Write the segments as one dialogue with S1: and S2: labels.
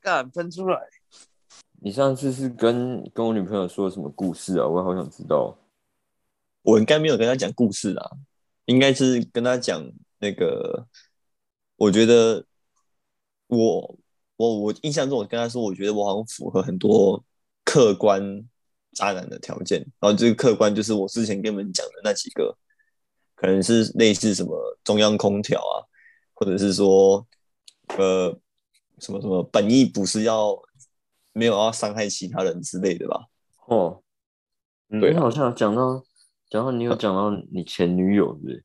S1: 干喷出来。
S2: 你上次是跟跟我女朋友说什么故事啊？我也好想知道。
S3: 我应该没有跟他讲故事啦，应该是跟他讲那个，我觉得我我我印象中，我跟他说，我觉得我好像符合很多客观渣男的条件，然后这个客观就是我之前跟你们讲的那几个，可能是类似什么中央空调啊，或者是说呃什么什么本意不是要没有要伤害其他人之类的吧？
S2: 哦，嗯
S3: 对
S2: 你
S3: 啊
S2: 好像讲到讲到你有讲到你前女友是不是？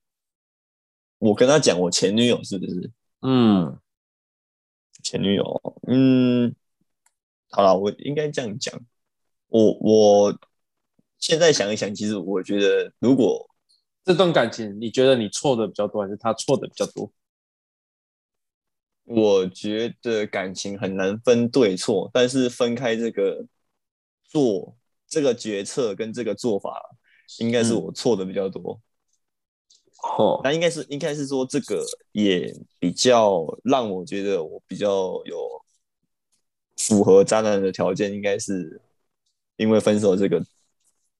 S3: 我跟他讲我前女友是不是？
S2: 嗯，
S3: 前女友，嗯，好了，我应该这样讲。我我现在想一想，其实我觉得，如果
S1: 这段感情，你觉得你错的比较多，还是他错的比较多？
S3: 我觉得感情很难分对错，但是分开这个做这个决策跟这个做法，应该是
S2: 嗯
S3: 我错的比较多。
S2: 哦，
S3: 那应该是应该是说这个也比较让我觉得我比较有符合渣男的条件，应该是因为分手这个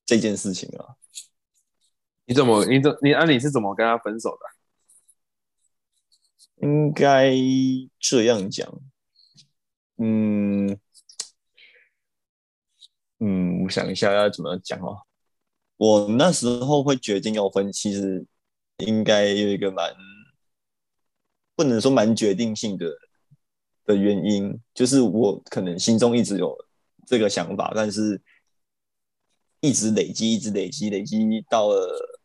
S3: 这件事情啊。
S1: 你怎么，你怎，你啊，你是怎么跟他分手
S2: 啊
S1: 的？
S3: 应该这样讲，嗯嗯，我想一下要怎么讲哦。我那时候会决定要分，其实应该有一个蛮不能说蛮决定性的的原因，就是我可能心中一直有这个想法，但是一直累积，一直累积，累积到了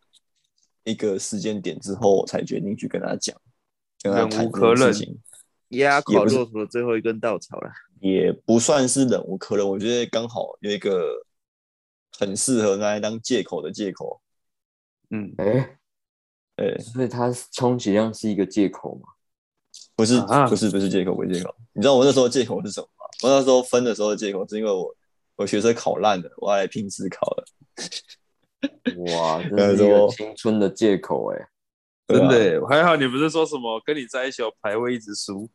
S3: 一个时间点之后，我才决定去跟他讲，跟他
S4: 忍
S3: 谈这
S4: 无可
S3: 件事
S4: 忍
S3: 情。
S4: 压
S3: 也
S4: 垮
S3: 不是
S4: 骆驼的最后一根稻草了。
S3: 也不算是忍无可忍，我觉得刚好有一个很适合拿来当借口的借口。
S4: 嗯，
S2: 哎、
S3: 呃、
S2: 所以他充其量是一个借口嘛？
S3: 不是、
S1: 啊
S3: 不是不是借口，不是借口。你知道我那时候借口是什么吗？我那时候分的时候的借口是因为我我学车考烂了，我要来拼自考了。
S2: 哇，这是一个青春的借口哎、
S3: 对
S1: 真
S3: 啊
S1: 的耶、还好你不是说什么跟你在一起我排位一直输，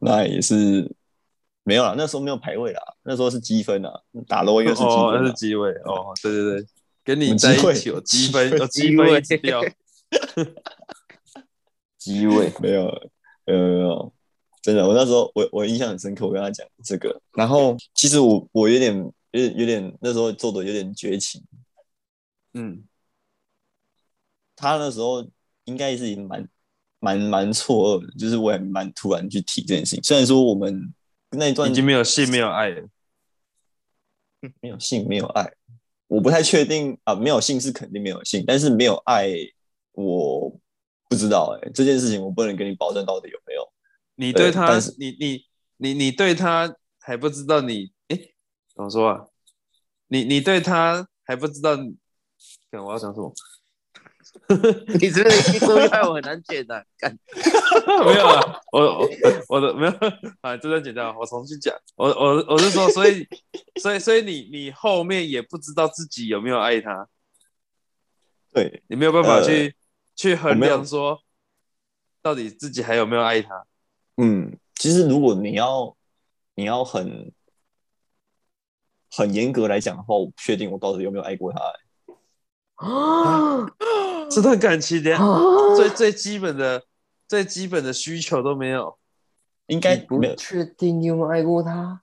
S3: 那也是没有啦，那时候没有排位啦，那时候是积分啦，打漏一个是积分
S1: 哦，那
S3: 啦、
S1: 是机会哦，对对对，跟
S3: 我
S1: 你
S3: 们
S1: 在
S3: 机会
S1: 一起有积分，有积
S4: 机
S1: 分
S4: 会
S1: 一直掉，
S2: 机位
S3: 没有，没有，没有，真的，我那时候我我印象很深刻，我跟他讲这个，然后其实我我有点有点有点那时候做的有点绝情，
S1: 嗯，
S3: 他那时候应该是已经蛮蛮蛮错愕的，就是我也蛮突然去提这件事情，虽然说我们那一 段
S1: 已经没有性没有爱了，
S3: 没有性没有爱，我不太确定啊，没有性是肯定没有性，但是没有爱我不知道哎、这件事情我不能跟你保证到底有没有。
S1: 你对
S3: 对
S1: 他
S3: 但是，
S1: 你你你你对他还不知道你，哎、怎么说啊？你你对他还不知道你，看我要讲什么？
S4: 你是不是故意害我很难剪的、干
S1: 没有啊，我我我的没有啊，这段剪掉，我重新讲。我我我是说，所以所以所以你你后面也不知道自己有没有爱他，
S3: 对，
S1: 你没有办
S4: 呃
S1: 法去、去衡
S3: 我没有
S1: 量说到底自己还有没有爱他。
S3: 嗯，其实如果你要你要很很严格来讲的话，我不确定我到底有没有爱过他、欸。
S2: 啊
S1: 这段感情
S4: 哦
S1: 连
S2: 啊
S3: 哦
S1: 最最基本的最基本的需求都没有，
S3: 应该
S2: 你不
S3: 没有，
S2: 确定你有没有爱过他？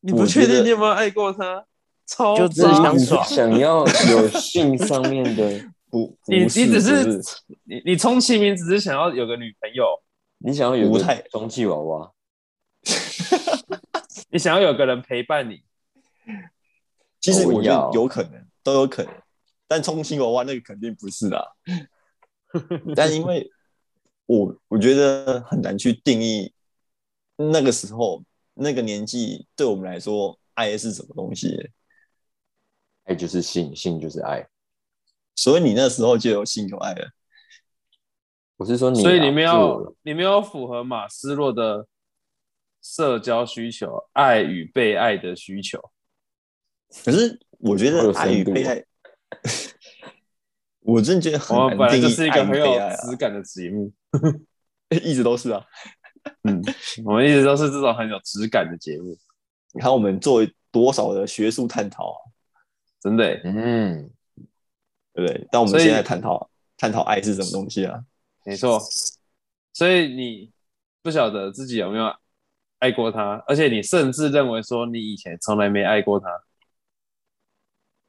S1: 你不
S3: 我觉
S1: 确
S3: 得
S1: 定你有没有爱过他，超
S4: 就只
S1: 渣
S4: 想
S2: 你
S4: 爽
S2: 想要有性上面 的，
S3: 不，不
S1: 你你
S3: 是
S1: 只
S3: 不
S1: 是
S3: 是
S1: 你你充其名只是想要有个女朋友，
S2: 你想要有
S3: 不
S2: 个
S3: 太
S2: 充气娃娃，
S1: 你想要有个人陪伴你。
S3: 其实
S2: 我
S3: 我觉得
S2: 要
S3: 有可能，都有可能，但充气娃娃那个肯定不是啦。但因为我我觉得很难去定义那个时候那个年纪对我们来说爱是什么东西耶，
S2: 爱就是性，性就是爱。
S3: 所以你那时候就有性有爱了。
S2: 我是说你啊，
S1: 所以你们
S2: 是我
S1: 要你们要符合马斯洛的社交需求，爱与被爱的需求。
S3: 可是我觉
S2: 会有
S3: 得
S2: 深
S3: 爱与
S2: 度
S3: 被
S2: 啊
S3: 爱，我真的觉得很
S1: 我们本
S3: 难
S1: 来就
S3: 定义
S1: 是一
S3: 爱
S1: 个
S3: 与
S1: 很
S3: 被
S1: 有
S3: 爱啊，
S1: 质感的节目，
S3: 一直都是啊。
S1: 我们一直都是这种很有质感的节目，
S3: 你看我们做多少的学术探讨啊，
S1: 真的欸。
S2: 嗯，
S3: 对不对？但我们
S1: 所以
S3: 现在探讨探讨爱是什么东西啊？
S1: 没错，所以你不晓得自己有没有爱过他，而且你甚至认为说你以前从来没爱过他。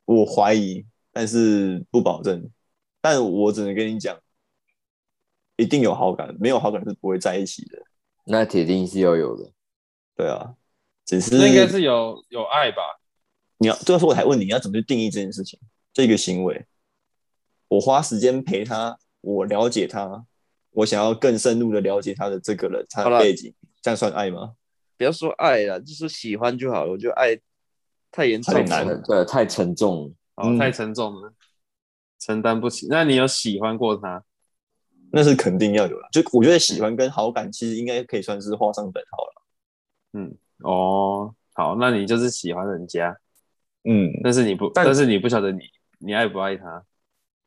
S3: 我怀疑，但是不保证。但我只能跟你讲，一定有好感，没有好感是不会在一起的。
S2: 那铁定是要有的。
S3: 对啊，只是
S1: 那应该是有有爱吧？
S3: 你要，这个时候我才问你你要怎么去定义这件事情，这个行为。我花时间陪他，我了解他，我想要更深入的了解他的这个人，他
S4: 好
S3: 的
S4: 啦
S3: 背景，这样算爱吗？
S4: 不要说爱了，就说喜欢就好了。我觉得爱太严重
S3: 太
S4: 了
S3: 难了。
S2: 对，太沉重了。
S1: 哦，
S3: 嗯
S1: 太沉重了，承担不起。那你有喜欢过他？
S3: 那是肯定要有的。就我觉得喜欢跟好感其实应该可以算是画上等号了。
S1: 哦，好，那你就是喜欢人家，
S3: 嗯
S1: 但是你不，但是你不晓得你你爱不爱他。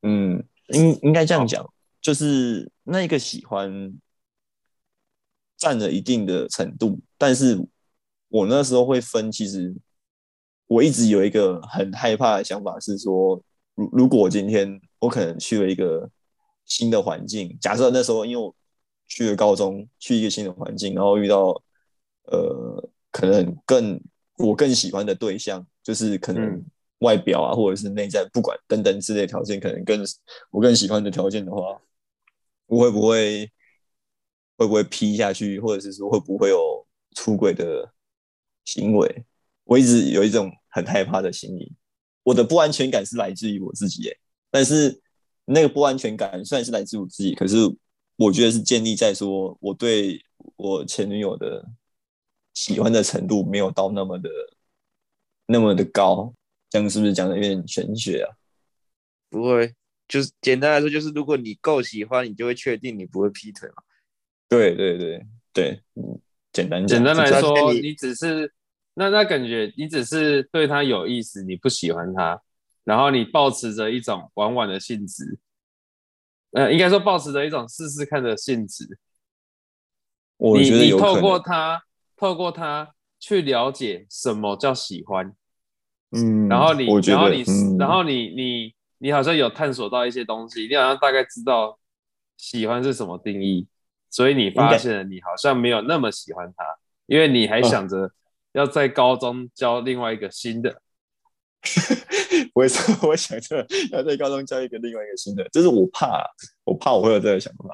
S3: 嗯，应应该这样讲，就是那一个喜欢占了一定的程度，但是我那时候会分，其实我一直有一个很害怕的想法是说，如如果我今天我可能去了一个新的环境，假设那时候因为我去了高中，去一个新的环境，然后遇到呃可能更我更喜欢的对象，就是可能
S1: 嗯
S3: 外表啊，或者是内在，不管等等之类的条件，可能更我更喜欢的条件的话，我会不会会不会劈下去，或者是说会不会有出轨的行为？我一直有一种很害怕的心理，我的不安全感是来自于我自己耶，但是那个不安全感虽然是来自我自己，可是我觉得是建立在说我对我前女友的喜欢的程度没有到那么的那么的高，这样是不是讲的有点玄学啊？
S4: 不会，就是简单来说，就是如果你够喜欢，你就会确定你不会劈腿嘛。
S3: 对对对对，嗯，简单讲
S1: 简单来
S3: 这
S4: 这
S1: 说，
S4: 样
S1: 你只是那那感觉，你只是对他有意思，你不喜欢他，然后你抱持着一种玩玩的性质，呃，应该说抱持着一种试试看的性质。
S3: 我觉得
S1: 你
S3: 有
S1: 你
S3: 可
S1: 透过
S3: 能，
S1: 他，透过他去了解什么叫喜欢，
S3: 嗯，
S1: 然后你，
S3: 我觉
S1: 然后
S3: 得，
S1: 你，
S3: 嗯
S1: 然后你，你，你好像有探索到一些东西，你好像大概知道喜欢是什么定义，所以你发现了你好像没有那么喜欢他，因为你
S3: 嗯
S1: 还想着要在高中交另外一个新的，
S3: 我也是，我想着要在高中交一个另外一个新的，就是我怕，我怕我会有这个想法。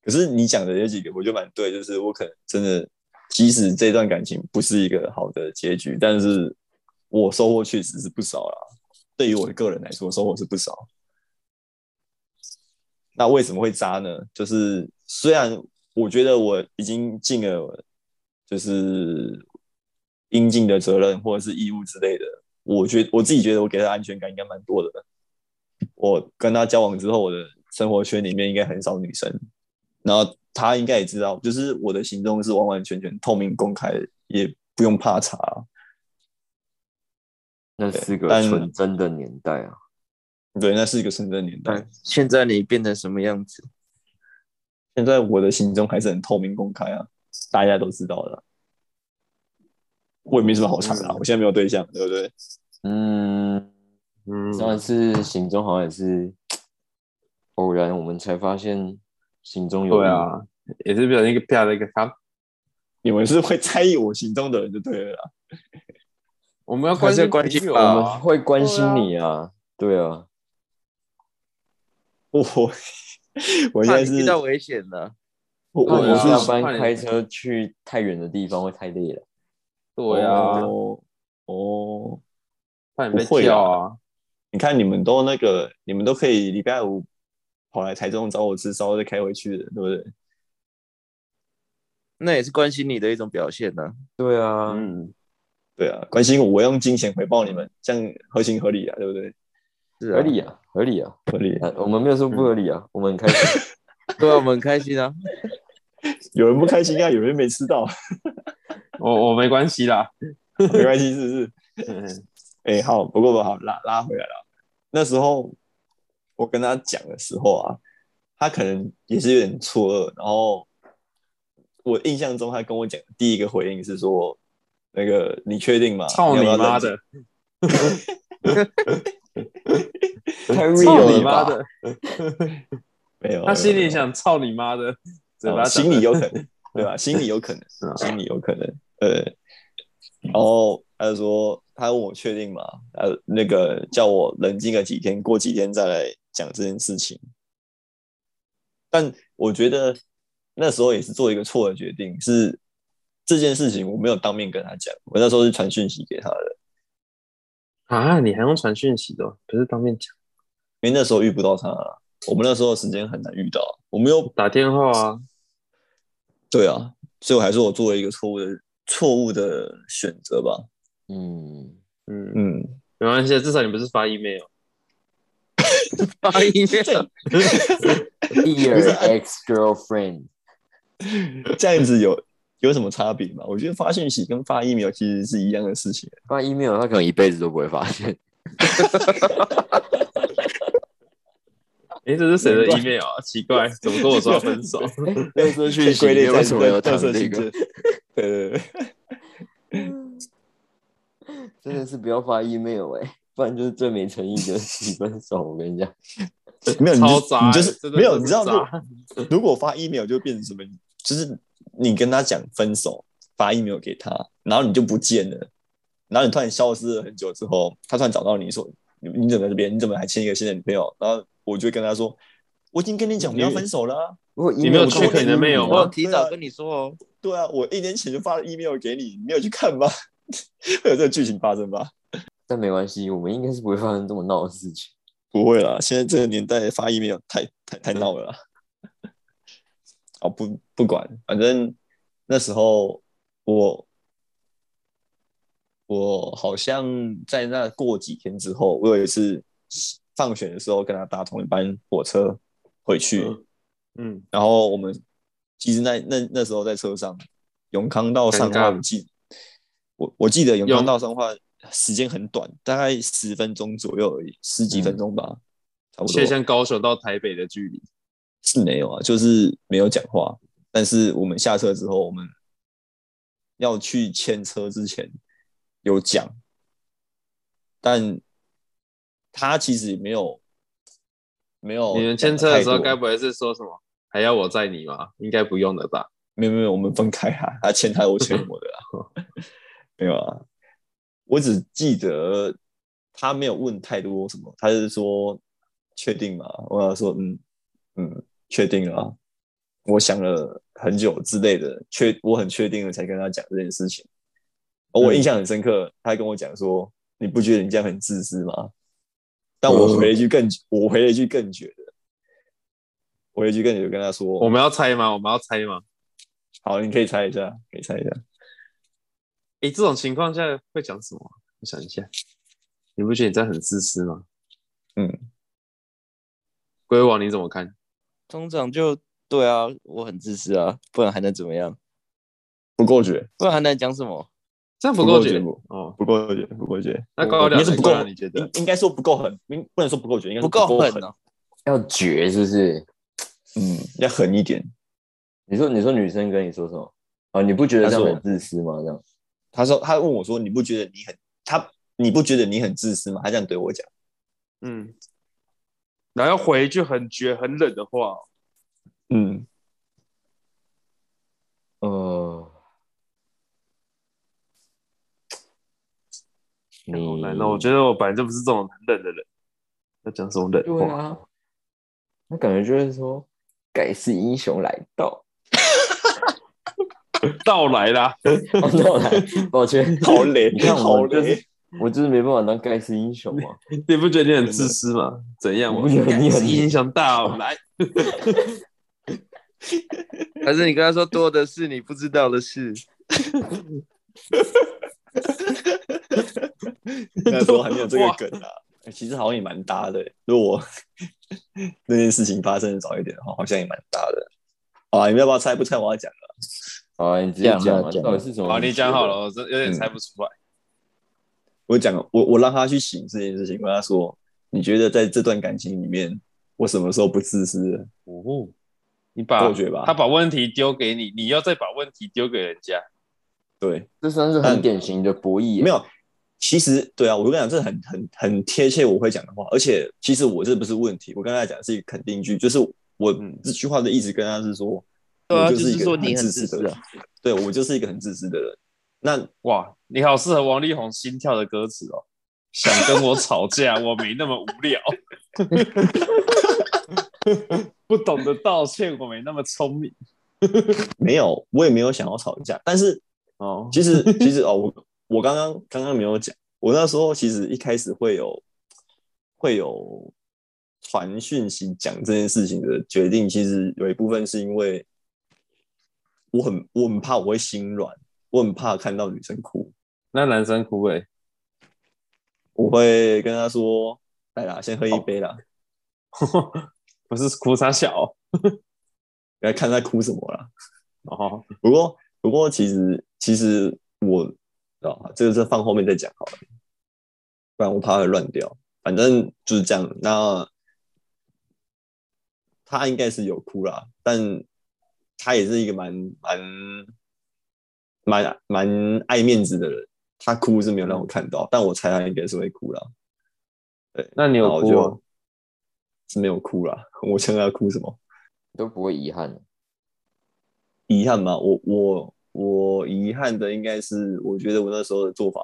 S3: 可是你讲的有几个，我觉得蛮对，就是我可能真的，即使这段感情不是一个好的结局，但是我收获确实是不少啦。对于我的个人来说，收获是不少。那为什么会渣呢？就是虽然我觉得我已经尽了，就是应尽的责任或者是义务之类的，我觉我自己觉得我给他的安全感应该蛮多的。我跟他交往之后，我的生活圈里面应该很少女生，然后他应该也知道，就是我的行踪是完完全全透明公开的，也不用怕查。
S2: 那是个
S3: 但
S2: 纯真的年代啊，
S3: 对，那是一个纯真的年代。
S4: 嗯，现在你变成什么样子？
S3: 现在我的行踪还是很透明公开啊，大家都知道的啊。我也没什么好藏的
S4: 嗯
S3: 啊、我现在没有对象，对不对？
S2: 嗯，
S1: 嗯，
S3: 啊
S2: 上一次行踪好像也是偶然，我们才发现行踪有
S1: 对
S2: 异，
S1: 啊，也是不小心一个啪的一个他，
S3: 你们是会在意我行踪的人就对了啦。
S1: 我们要
S4: 还
S1: 关
S4: 是
S1: 心
S4: 要关心
S1: 朋友
S4: 吧
S2: 我
S1: 啊
S2: 们，会关心你啊，对啊，
S3: 我我现
S4: 怕
S3: 在
S4: 你
S3: 是
S4: 遇，到危险了，
S3: 我
S2: 我
S3: 我
S1: 对
S2: 们
S1: 啊
S2: 下
S3: 是
S2: 班
S1: 怕你
S2: 开车去太远的地方会太累了，
S1: 对啊，
S3: 哦哦，
S1: 怕你被
S3: 不会啊
S1: 跳啊，
S3: 你看你们都那个，你们都可以礼拜五跑来台中找我吃烧，再开回去的，对不对？
S4: 那也是关心你的一种表现呢、
S2: 对啊，
S1: 嗯，
S3: 对啊，关心我，我用金钱回报你们，这样合情合理啊，对不对？
S4: 是
S2: 合
S4: 啊，
S2: 理啊，合理啊，
S3: 合理。
S2: 啊我们没有说不合理啊，我们很开 心，
S4: 对啊，我们很开心啊。
S3: 有人不开心啊，有人没吃到，
S1: 我我没关系啦，
S3: 没关系，是不是？
S1: 嗯
S3: 哎、好，不过不好，拉拉回来了。那时候我跟他讲的时候啊，他可能也是有点错愕。然后我印象中，他跟我讲的第一个回应是说：“那个你确定吗？
S1: 操你
S3: 要不要冷
S1: 妈
S3: 静
S1: 的！操
S2: 太 real
S1: 你
S2: 了
S1: 妈
S2: 吧？
S1: 的！
S3: 没有，
S1: 他心
S3: 没有
S1: 里，想操你 妈的，嘴
S3: 没有
S1: 巴
S3: 哦
S1: 讲
S3: 心里有可能，对吧？心里有可能，
S1: 啊
S3: 心里有可能，呃。然后他就说，他问我确定吗？呃，那个叫我冷静个几天，过几天再来讲这件事情。但我觉得那时候也是做一个错的决定，是这件事情我没有当面跟他讲，我那时候是传讯息给他的，
S1: 啊！你还用传讯息的哦，不是当面讲，
S3: 因为那时候遇不到他，我们那时候时间很难遇到，我没有
S1: 打电话啊，
S3: 对啊，所以我还是我做了一个错误的错误的选择吧。
S2: 嗯，
S1: 嗯，
S3: 嗯，
S1: 没关系，啊至少你不是发 email。
S4: 发音啊乐，
S3: 不是
S2: dear
S3: 啊
S2: ex girlfriend，
S3: 这样子有有什么差别吗？我觉得发讯息跟发 email 其实是一样的事情。
S2: 不然 email 他可能一辈子都不会发现。
S1: 诶，这是谁的
S3: 难怪
S1: email 啊？奇怪，怎么跟我说要分手？
S2: 热身讯息
S3: 归类在
S2: 为什么要谈
S3: 特色
S2: 这
S3: 性
S2: 个？
S3: 质。 对对对，
S2: 真的是不要发 email 哎、不然就是最没诚意 的提分手。我跟你讲，
S3: 对没有你
S1: 超
S3: 就
S1: 渣欸，
S3: 你就是
S1: 真的
S3: 没有，
S1: 是
S3: 你知道
S1: 渣
S3: 如如果发 email 就变成什么？就是你跟他讲分手，发 email 给他，然后你就不见了，然后你突然消失了很久之后，他突然找到你说你你怎么在这边？你怎么还牵一个新的女朋友？然后我就跟他说，我已经跟你讲我们要分手了啊、
S2: 如果 email
S1: 没有
S2: 跟我
S3: check 你的
S2: email
S1: mail
S4: 我
S1: 吗
S4: 有提早跟你说哦，
S3: 对啊，我一年前就发了 email 给你，你没有去看吗？ 会有这个剧情发生吧？
S2: 但没关系，我们应该是不会发生这么闹的事情。
S3: 不会啦，现在这个年代发 email 太太太闹了啦。哦，不不管，反正那时候我我好像在那过几天之后，我有一次放学的时候跟他搭同一班火车回去，
S1: 嗯，
S3: 然后我们其实那那那时候在车上，永康到上
S1: 尴尬
S3: 化，我记我我记得永
S1: 永
S3: 康到上化时间很短，大概十分钟左右而已，十
S1: 嗯
S3: 几分钟吧，差不
S1: 切
S3: 多。
S1: 向高雄到台北的距离，
S3: 是没有啊，就是没有讲话。但是我们下车之后，我们要去牵车之前有讲，但他其实也没有没有
S1: 你们
S3: 讲
S1: 牵
S3: 得
S1: 车的
S3: 太
S1: 时候，
S3: 多
S1: 该不会是说什么还要我载你吗？应该不用的吧？
S3: 没有没有，我们分开啊，他欠他的，我欠我的啊， 没有啊。我只记得他没有问太多什么，他是说确定吗？我要说嗯嗯，确定了啊。我想了很久之类的，确我很确定了才跟他讲这件事情。而我印象很深刻，他还跟我讲说：“你不觉得你这样很自私吗？”但我回了一句更，我回了一句更绝的，我回了一句更绝的跟他说：“
S1: 我们要猜吗？我们要猜吗？
S3: 好，你可以猜一下，可以猜一下。
S1: 诶，这种情况下会讲什么啊？我想一下，你不觉得你这样很自私吗？
S3: 嗯，
S1: 龟王你怎么看？
S4: 通常就对啊，我很自私啊，不然还能怎么样？
S3: 不够绝，
S4: 不然还能讲什么？
S1: 这样不
S3: 不
S1: 够
S3: 够
S1: 绝
S3: 绝不
S1: 哦。
S3: 不够绝，不够绝。
S1: 那高
S3: 应
S1: 粱
S3: 该是不够
S1: 哪一个啊你觉得
S4: 嗯
S3: 应应该说不够狠，应不能说不够绝，应该是
S4: 不够
S3: 不
S4: 狠
S3: 狠。啊
S4: 哦，
S2: 要绝是不是？
S3: 嗯，要狠一点。
S2: 你说你说女生跟你说什么？啊，你不觉得这样
S3: 她
S2: 很自私吗？这样
S3: 他说，他问我说，你不觉得你很他，你不觉得你很自私吗？他这样对我讲，
S1: 嗯，然后要回一句很绝很冷的话哦，
S3: 嗯，
S2: 呃，
S1: 干好
S2: 你
S4: 嗯
S1: 难哦。我觉得我本来就不是这种很冷的人，要讲什么冷
S2: 对
S1: 话？
S2: 啊，那感觉就是说盖世英雄来到，
S1: 到来啦，
S2: 哦，到来，抱歉，
S3: 好雷
S2: 你看，
S3: 好
S2: 我就是
S3: 雷，
S2: 我就是没办法当盖世英雄嘛，
S1: 你不觉得你很自私
S4: 嗯
S1: 吗？怎样？
S2: 我
S1: 我
S2: 不觉得你很
S1: 影响到来，
S4: 还是你跟他说多的是你不知道的事？
S3: 那时候很有 这个梗啊。其实好像也蛮搭的，如果 那件事情发生得早一点的话，好像也蛮搭的。好啊，你们要不要猜？不猜我要讲了。
S2: 好啊，你直接
S3: 讲
S2: 讲
S3: 啊
S2: 嘛，
S3: 讲
S2: 到底是什么？
S1: 好，哦你嗯讲好了，，我真有点猜不出来。
S3: 我讲，我我让他去醒这件事情，我跟他说，你觉得在这段感情里面，我什么时候不自私了？
S1: 哦，你把
S3: 我觉得吧
S1: 他把问题丢给你，你要再把问题丢给人家，
S3: 对，
S2: 这算是很典型的博弈耶。啊
S3: 没有，其实对啊，我跟你讲，这很很很贴切我会讲的话，而且其实我这不是问题，我刚才讲是一个肯定句，就是我
S1: 嗯
S3: 这句话的意思跟他是说，
S4: 对啊，
S3: 我
S4: 就
S3: 就是一
S4: 是说
S3: 个
S4: 你
S3: 自
S4: 自
S3: 的
S4: 私
S3: 人，
S4: 啊，
S3: 对我就是一个很自私的人。那
S1: 哇，你好适合王力宏心跳的歌词哦。想跟我吵架，我没那么无聊。不懂得道歉，我没那么聪明。
S3: 没有，我也没有想要吵架，但是
S1: 哦，
S3: 其实其实哦，我我刚刚刚刚没有讲，我那时候其实一开始会有会有传讯息讲这件事情的决定，其实有一部分是因为我很我很怕我会心软，我很怕看到女生哭，
S1: 那男生哭欸诶、
S3: 我会跟她说：“来啦，先喝一杯啦，
S1: 不是哭啥小哦
S3: 来看她哭什么啦。
S1: 哦，”
S3: 不过不过其实其实我啊，这个是放后面再讲好了，不然我怕会乱掉。反正就是这样。那他应该是有哭啦，但他也是一个蛮蛮蛮蛮爱面子的人。他哭是没有让我看到，但我猜他应该是会哭啦。
S1: 那你
S3: 然后
S1: 有
S3: 我
S1: 哭哦、
S3: 就是没有哭啦，我想要哭什么？
S2: 都不会遗憾。
S3: 遗憾吗？我我我遗憾的应该是，我觉得我那时候的做法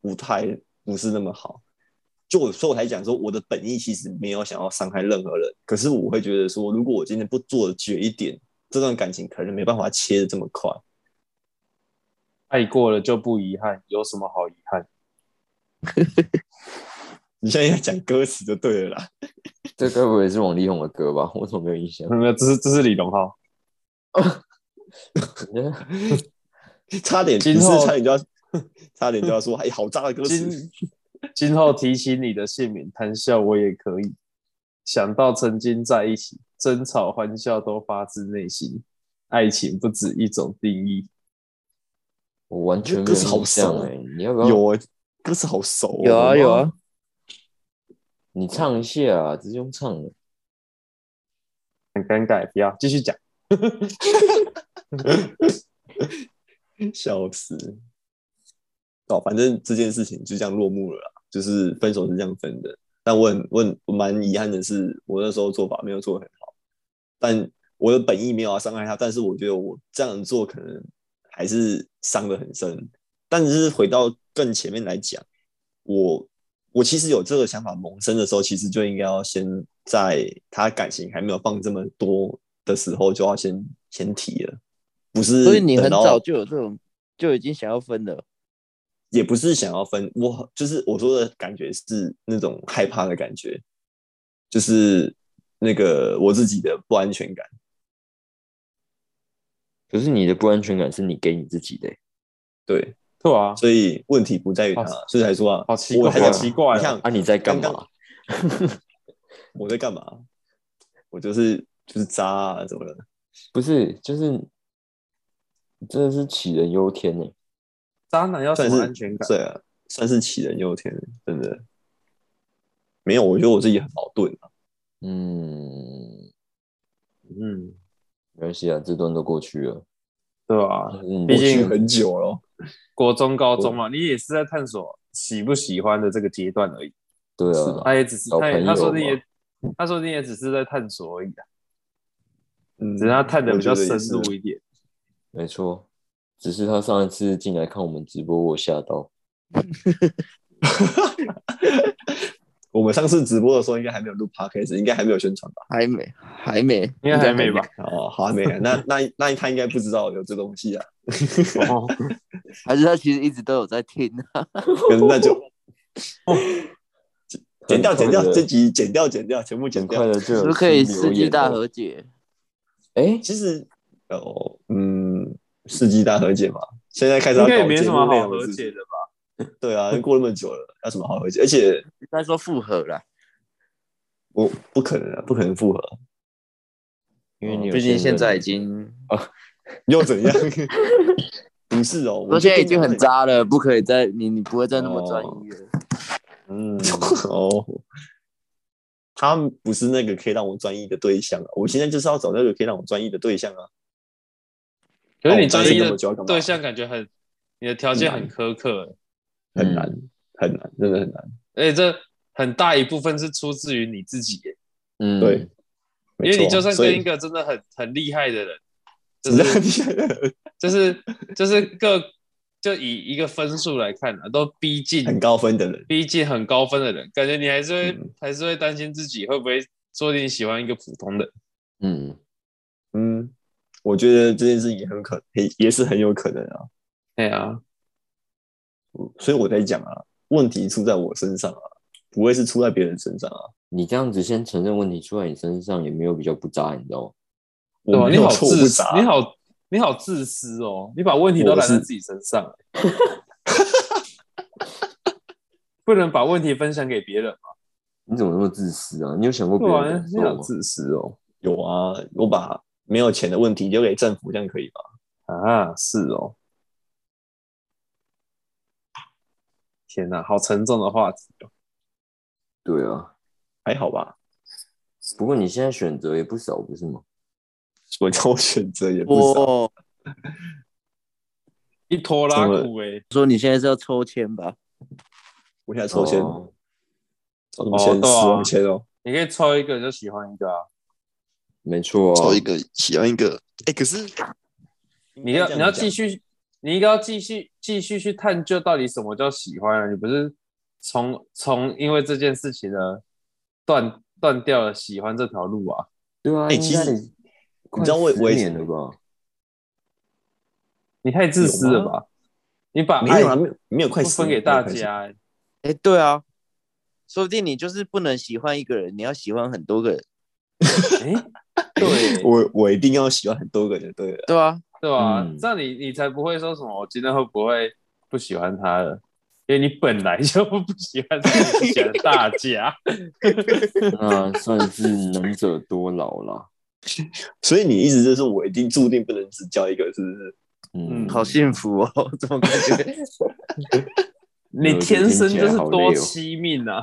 S3: 不太不是那么好。就我所以我才讲说，我的本意其实没有想要伤害任何人，可是我会觉得说，如果我今天不做的绝一点，这段感情可能没办法切的这么快。
S1: 爱过了就不遗憾，有什么好遗憾？
S3: 你现在要讲歌词就对了啦，
S2: 这该不会是王力宏的歌吧？我怎么没有印象？
S1: 没有，这是这是李荣浩。
S3: 差点
S1: 今
S3: 不是
S1: 后
S3: 差点就要 差点就要说，哎，好渣的歌
S1: 今
S3: 词，
S1: 今后提起你的姓名，谈笑我也可以。想到曾经在一起，争吵欢笑都发自内心。爱情不止一种定义。
S2: 我完全没
S3: 这
S2: 有
S3: 歌词好
S2: 印象
S3: 熟
S2: 哎、你要不要？
S3: 有哎、歌词好熟哦、
S4: 哦有啊有啊，
S2: 你唱一下啊，直接用唱的。
S1: 很尴尬，不要继续讲。
S3: 笑死！哦，反正这件事情就这样落幕了啦，就是分手是这样分的。但我很我很我蛮遗憾的是，我那时候做法没有做得很好，但我的本意没有要伤害他，但是我觉得我这样做可能还是伤得很深。但是回到更前面来讲，我我其实有这个想法萌生的时候，其实就应该要先在他感情还没有放这么多的时候，就要先先提了，不是？
S4: 所以你很早就有这种，就已经想要分了。
S3: 也不是想要分，我就是我说的感觉是那种害怕的感觉，就是那个我自己的不安全感。
S2: 可是你的不安全感是你给你自己的欸、
S3: 对，
S1: 对啊，
S3: 所以问题不在于他
S1: 好，
S3: 所以才说啊，
S1: 好奇怪
S3: 我
S1: 啊
S3: 还在奇怪、
S1: 你
S3: 你
S1: 看
S3: 看
S2: 啊，你在干
S3: 刚
S2: 嘛
S3: 刚？我在干嘛？我就是就是渣啊，怎么了？
S2: 不是，就是你真的是杞人忧天欸呢、
S1: 渣男要什
S3: 算
S1: 么
S3: 是
S1: 安全感？
S3: 对啊，算是杞人忧天，真的。没有，我觉得我自己很矛盾啊。
S2: 嗯，
S1: 嗯，
S2: 没关系啊，这段都过去了。
S1: 对啊。
S2: 嗯，
S1: 毕竟
S3: 我去很久了，哦
S1: 国中、高中嘛，你也是在探索喜不喜欢的这个阶段而已。
S2: 对
S3: 是
S2: 啊
S3: 吧，
S1: 他也只是
S2: 小
S1: 他也
S2: 朋
S1: 他说
S2: 友
S1: 你也
S2: 嘛
S1: 他说你也只是在探索而已、啊，
S3: 嗯，
S1: 只是他探的比较
S3: 我觉得
S1: 深
S3: 也是
S1: 入一点。
S2: 没错。只是他上一次进来看我们直播，我吓到。
S3: 我们上次直播的时候，应该还没有录 podcast，应该还没有宣传吧？
S4: 还没，还没，
S1: 应该还没吧？
S3: 哦，好，还没来，那那那他应该不知道有这东西啊，
S1: 哦
S4: 还是他其实一直都有在听啊？
S3: 可能那就 剪掉，剪掉
S2: 很快，的
S3: 这集剪掉，剪掉，全部剪
S2: 很快
S3: 掉。
S2: 的就是有
S4: 不是可以
S2: 新
S4: 世
S2: 留
S4: 纪
S2: 言
S4: 大
S2: 了。
S4: 和解？
S2: 哎、
S3: 其实哦，嗯，世纪大和解嘛，现在开始
S1: 应
S3: 要
S1: 该也
S3: 搞
S1: 没
S3: 节
S1: 什么
S3: 目内
S1: 好
S3: 容
S1: 和
S3: 是不
S1: 解
S3: 是
S1: 的吧？
S3: 对啊，过那么久了，要什么好和解？而且
S4: 应该说复合啦，
S3: 我不可能啊，不可能复合，
S2: 因为你有
S4: 哦毕竟
S2: 先
S4: 现
S2: 认
S4: 在
S2: 了
S4: 已经，
S3: 又怎样？ 不是哦，
S4: 我
S3: 我
S4: 现
S3: 觉
S4: 在
S3: 得
S4: 已经很渣了，不可 以再你你不会再那么
S3: 哦
S4: 专一了。
S1: 嗯，
S3: 哦。他不是那个可以让我专一的对象啊。我现在就是要找那个可以让我专一的对象啊。
S1: 可是你
S3: 哦
S1: 专
S3: 这
S1: 一
S3: 个
S1: 的
S3: 我就要干嘛
S1: 对象感觉很，你的条件很苛刻、欸，
S3: 很难，很难，真的很难。
S1: 而且这很大一部分是出自于你自己、欸，
S2: 嗯，
S3: 对，没
S1: 因为你
S3: 错
S1: 就算
S3: 所
S1: 跟
S3: 以
S1: 一个真的很很厉害的人，就
S3: 只
S1: 是
S3: 是
S1: 就是就是各就以一个分数来看啊，都逼近
S3: 很高分的人，
S1: 逼近很高分的人，感觉你还是会、
S3: 嗯
S1: 还是会担心自己会不会说不定喜欢一个普通的，
S2: 嗯，
S3: 嗯，我觉得这件事情也很可，也也是很有可能啊。
S1: 对啊，
S3: 所以我在讲啊，问题出在我身上啊，不会是出在别人身上啊。
S2: 你这样子先承认问题出在你身上，也没有比较不渣，你知道吗？
S1: 对吧？
S3: 我没
S1: 你
S3: 有
S1: 好
S3: 错，我不
S1: 自私
S3: 傻，
S1: 你好你好自私哦，你把问题都
S3: 我
S1: 揽在
S3: 是
S1: 自己身上、 欸不能把问题分享给别人嘛？
S2: 你怎么那么自私啊？你有想过别
S1: 对
S2: 人
S1: 啊
S2: 感，
S1: 你好
S2: 受吗？
S1: 自私哦
S3: 有啊，我把没有钱的问题丢给政府，这样可以吗？
S1: 啊，是哦。天哪，好沉重的话题哦。
S2: 对啊，
S3: 还好吧，
S2: 不过你现在选择也不少，不是吗？
S3: 我叫我选择也不啊少。
S4: 我
S1: 一拖拉苦哎、
S4: 说你现在是要抽签吧？
S3: 我现在抽签，
S2: 哦
S3: 抽什么签？
S1: 哦对啊
S3: 死亡签哦，
S1: 你可以抽一个就喜欢一个啊。
S2: 没错啊，
S3: 个喜欢一个。哎，可是
S1: 你要你要继
S3: 续，
S1: 续，你应该要继续继续去探究到底什么叫喜欢啊！你不是从从因为这件事情呢断断掉了喜欢这条路啊？
S2: 对啊，
S3: 哎
S2: 应
S3: 其
S2: 该
S3: 实
S2: 你
S3: 知道我我
S2: 一
S3: 也
S2: 年了吧？
S1: 你太自私了
S3: 有吗
S1: 吧？你把
S3: 没
S1: 爱
S3: 有啊，没有没有
S1: 不
S3: 快死
S1: 分给大，家欸、
S4: 哎、对啊，说不定你就是不能喜欢一个人，你要喜欢很多个人，
S1: 哎、 对，
S3: 我我一定要喜欢很多个人，对了，
S4: 对啊，
S1: 对吧、
S2: 嗯
S1: 这样你你才不会说什么我今天会不会不喜欢他了，因为你本来就不喜欢自己，喜欢大家。
S2: 那算是能者多劳 啦。
S3: 所以你意思就是我一定注定不能只交一个，是不是？
S2: 嗯
S1: 嗯，
S4: 好幸福哦， 怎么感觉？
S1: 你天生就是多欺命啊！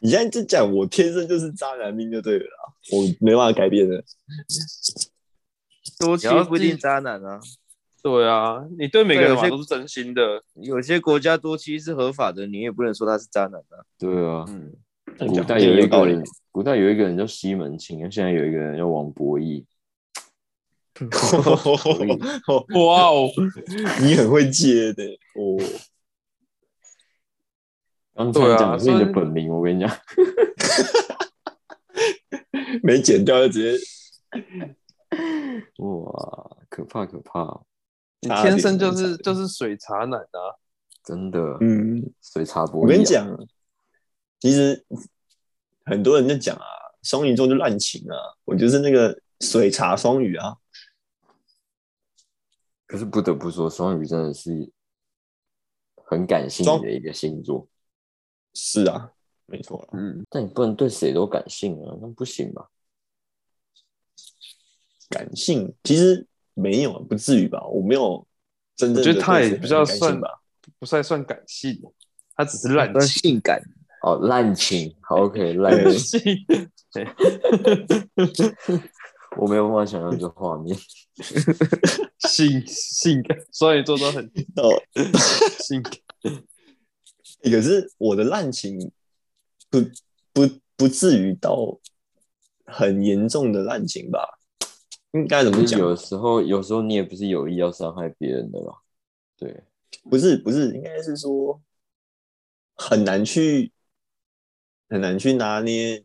S3: 你现在就讲我天生就是渣男命就对了啦，我没办法改变 的。
S4: 多
S1: 你
S4: 欺
S1: 要
S4: 不一定
S1: 记
S4: 渣男啊，
S1: 对啊，你对每
S4: 个人嘛
S1: 都是真心的。
S4: 有些国家多欺是合法的，你也不能说他是渣男啊。
S2: 对啊，
S4: 嗯，
S2: 古代
S3: 也
S2: 有一
S3: 道
S2: 个
S3: 理
S2: 人，，古代有一个人叫西门庆，现在有一个人叫王伯义。
S1: 哇哦，
S3: 你很会接的哦，
S2: 刚才
S1: 对啊
S2: 讲的是你
S1: 所
S2: 的
S1: 以
S2: 本名，我跟你讲，
S3: 没剪掉就直接
S2: 哇，可怕可怕，哦
S1: 你
S3: 差
S1: 天
S3: 点
S1: 生就
S3: 差
S1: 是
S3: 点
S1: 就是水茶男啊！
S2: 真的，
S3: 嗯。
S2: 水茶伯义啊。
S3: 我跟你讲，其实很多人就讲啊，双鱼座就滥情啊，我就是那个水茶双鱼啊，
S2: 可是不得不说，双鱼真的是很感性
S3: 双
S2: 的一个星座，
S3: 是啊，没错啦
S1: 嗯，
S2: 但你不能对谁都感性啊，那不行吧？
S3: 感性其实没有，啊不至于吧？我没有真正
S1: 我
S3: 的
S1: 觉得他也
S3: 对谁
S1: 比较
S3: 很感性
S1: 算
S3: 吧，
S1: 不太算感性，他只是滥
S4: 算
S1: 情。
S4: 性感，
S2: 哦，滥情好，OK，滥
S3: 对
S2: 情， 我没有办法想象这画面。
S1: 性性 感，双鱼座都很
S3: 哦，
S1: 性感。
S3: 可是我的滥情不不不至于到很严重的滥情吧？应该怎么
S2: 可是
S3: 讲？啊
S2: 有时候，有时候你也不是有意要伤害别人的啦。对，
S3: 不是不是，应该是说很难去很难去拿捏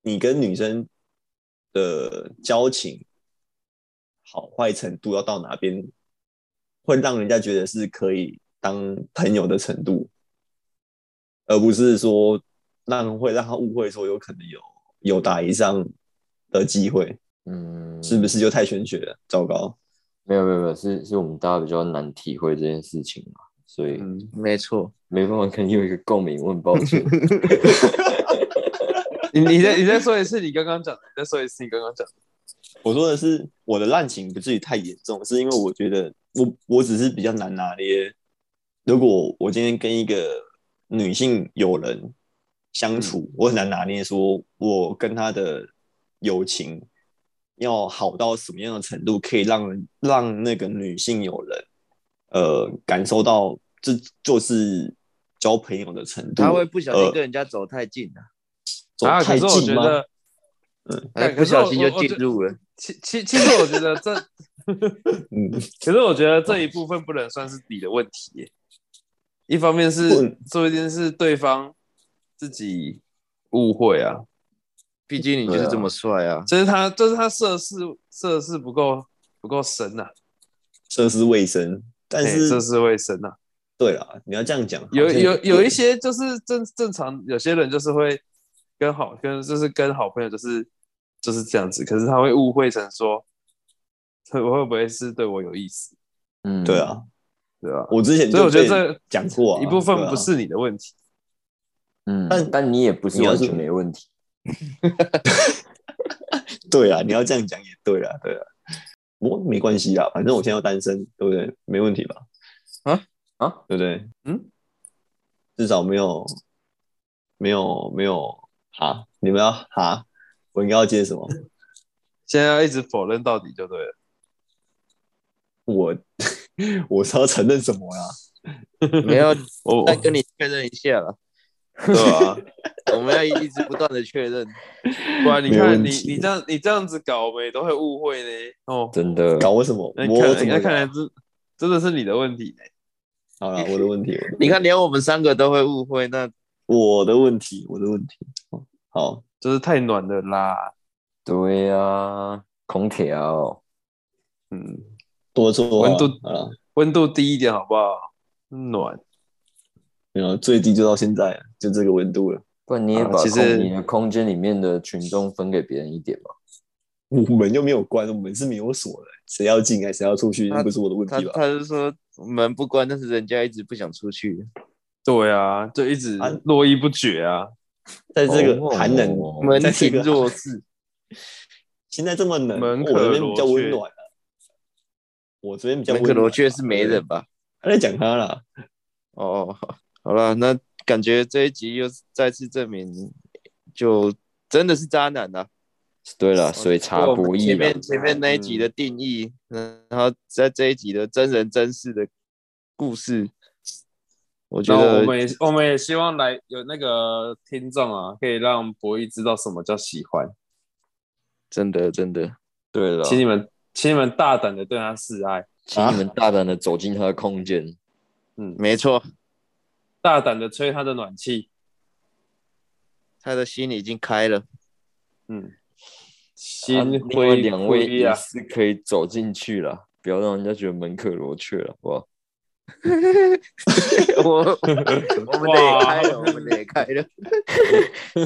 S3: 你跟女生的交情好坏程度要到哪边，会让人家觉得是可以当朋友的程度，而不是说让会让他误会说有可能有有打以上的机会，
S2: 嗯，
S3: 是不是就太玄学了？糟糕，
S2: 没有没有没有，是是我们大家比较难体会这件事情嘛，所以
S1: 嗯，
S4: 没错。
S2: 没办法跟你有一个共鸣，问抱 歉。
S1: 你你再你再说一次你刚刚讲的，你再说一次你刚刚讲的。
S3: 我说的是我的滥情不至于太严重，是因为我觉得我我只是比较难拿捏。如果我今天跟一个女性友人相处，
S1: 嗯
S3: 我很难拿捏说我跟他的友情要好到什么样的程度，可以让人让那个女性友人呃感受到这就是交朋友的程度。
S4: 他会不小心
S3: 呃
S4: 跟人家走太近了，
S3: 走
S1: 啊，可
S3: 太
S1: 是我
S3: 近
S1: 觉
S3: 吗？
S1: 得，
S4: 哎
S1: 对
S4: 不小心就
S1: 可是我我
S4: 进入了。
S1: 其其其实我觉得 这，
S3: 嗯，
S1: 可是我觉得这一部分不能算是底的问题耶。一方面是
S3: 不
S1: 说一件事，对方自己误会啊，
S4: 毕竟你就是这么帅啊，
S1: 这是他，这是他涉世涉世不够不够深呐、啊，
S3: 涉世未深，但
S1: 哎涉
S3: 是
S1: 世未深呐、啊。
S3: 对啦，你要这样讲，
S1: 有
S3: 好像
S1: 有
S3: 也
S1: 有一些就是正正常，有些人就是会跟好跟就是跟好朋友就是就是这样子，可是他会误会成说， 这我会不会是对我有意思，
S2: 嗯，
S3: 对，啊，
S1: 对吧？
S3: 我之前
S1: 所以我觉得
S3: 就被
S1: 这
S3: 讲过啊
S1: 一部分
S3: 对啊
S1: 不是你的问题，
S2: 嗯，
S3: 但
S2: 但但你也不是
S3: 你要
S2: 完
S3: 是
S2: 全没问题，
S3: 对啊，你要这样讲也对啦，对啊，不过没关系啊，反正我现在要单身，对不对？没问题吧？
S4: 啊
S2: 啊，
S3: 对不对？
S1: 嗯，
S3: 至少没有没有没有哈，你们要哈，我应该要 接什么？
S1: 现在要一直否认到底就对了。
S3: 我我是要承认什么呀？
S4: 没有
S1: 我
S3: 哎
S4: 再跟你确认一下 了，
S1: 对吧、
S4: 我们要一直不断的确认。
S1: 不然你
S3: 没
S1: 看
S3: 问
S1: 你
S3: 题
S1: 你这样你这样子搞，我们也都会误会呢。哦，
S2: 真的，
S3: 搞我什么？
S1: 那
S3: 我
S1: 看
S3: 怎
S1: 来
S3: 么
S1: 那看来
S3: 搞？
S1: 这真的是你的问题呢。
S3: 好了，我的问题，
S4: 你看，连我们三个都会误会，那
S3: 我的问题，我的问题。好，
S1: 就是太暖了啦。
S2: 对啊，空调，
S1: 嗯，
S3: 多说啊
S1: 温度
S3: 好了，
S1: 温度低一点好不好？暖，
S3: 然后最低就到现在了，就这个温度了。
S2: 不然你也
S1: 啊
S2: 把
S1: 其
S2: 空
S1: 实
S2: 你的空间里面的群众分给别人一点嘛，
S3: 我门又没有关，我门是没有锁的，谁要进来谁要出去，
S4: 他
S3: 那不是我的问
S4: 他
S3: 题吧？
S4: 他是说门不关，但是人家一直不想出去。
S1: 对啊，就一直
S3: 啊
S1: 络绎不绝啊。
S3: 在这个寒冷，
S2: 哦
S4: 门
S3: 在这
S4: 庭
S3: 个
S4: 若市，
S3: 现在这么冷，
S1: 门可
S3: 我这边比较温
S1: 罗
S3: 暖啊我这边比较
S4: 门
S3: 温
S4: 可
S3: 暖啊。
S4: 罗雀是没人吧？
S3: 他在讲他啦，
S4: 哦，好了，那感觉这一集又再次证明，就真的是渣男了、
S2: 对了，所以差
S4: 我们
S2: 博弈
S4: 前
S2: 了
S4: 面，前面那一集的定义，嗯，然后在这一集的真人真事的故事，我觉
S1: 然后我
S4: 得
S1: 们也我们也希望来有那个听众啊，可以让博弈知道什么叫喜欢，
S4: 真的真的，
S2: 对
S3: 啊
S2: 了，
S1: 请你们请你们大胆的对他示爱，
S2: 请你们大胆的走进他的空间，
S4: 没错，
S1: 大胆的吹他的暖气。
S4: 他的心已经开了。
S1: 嗯，
S2: 啊
S1: 心
S2: 另外
S1: 灰
S2: 两位
S1: 灰
S2: 也
S1: 啊，
S2: 是可以走进去了，不要让人家觉得门可罗雀了，好不好？
S4: 我我们的也开了，我们的也开了。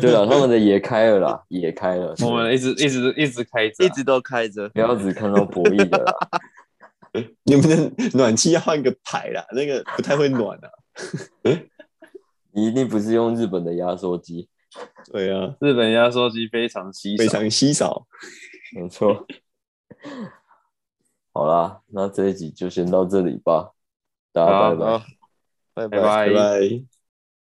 S2: 对了，他们的也开了啦，也开了，
S1: 我们一直一直一直开着啊，
S4: 一直都开着。
S2: 不要只看到博弈的啦，
S3: 你们的暖气要换个牌啦，那个不太会暖啊。
S2: 你一定不是用日本的压缩机，
S3: 对啊，
S1: 日本压缩机非常稀
S3: 非
S1: 少。
S3: 常稀少。
S2: 没错。 好啦，那这一集就先到这里吧，大家
S1: 好
S2: 拜拜。
S4: 好，拜
S1: 拜
S4: 拜。
S1: 拜。
S3: 拜拜。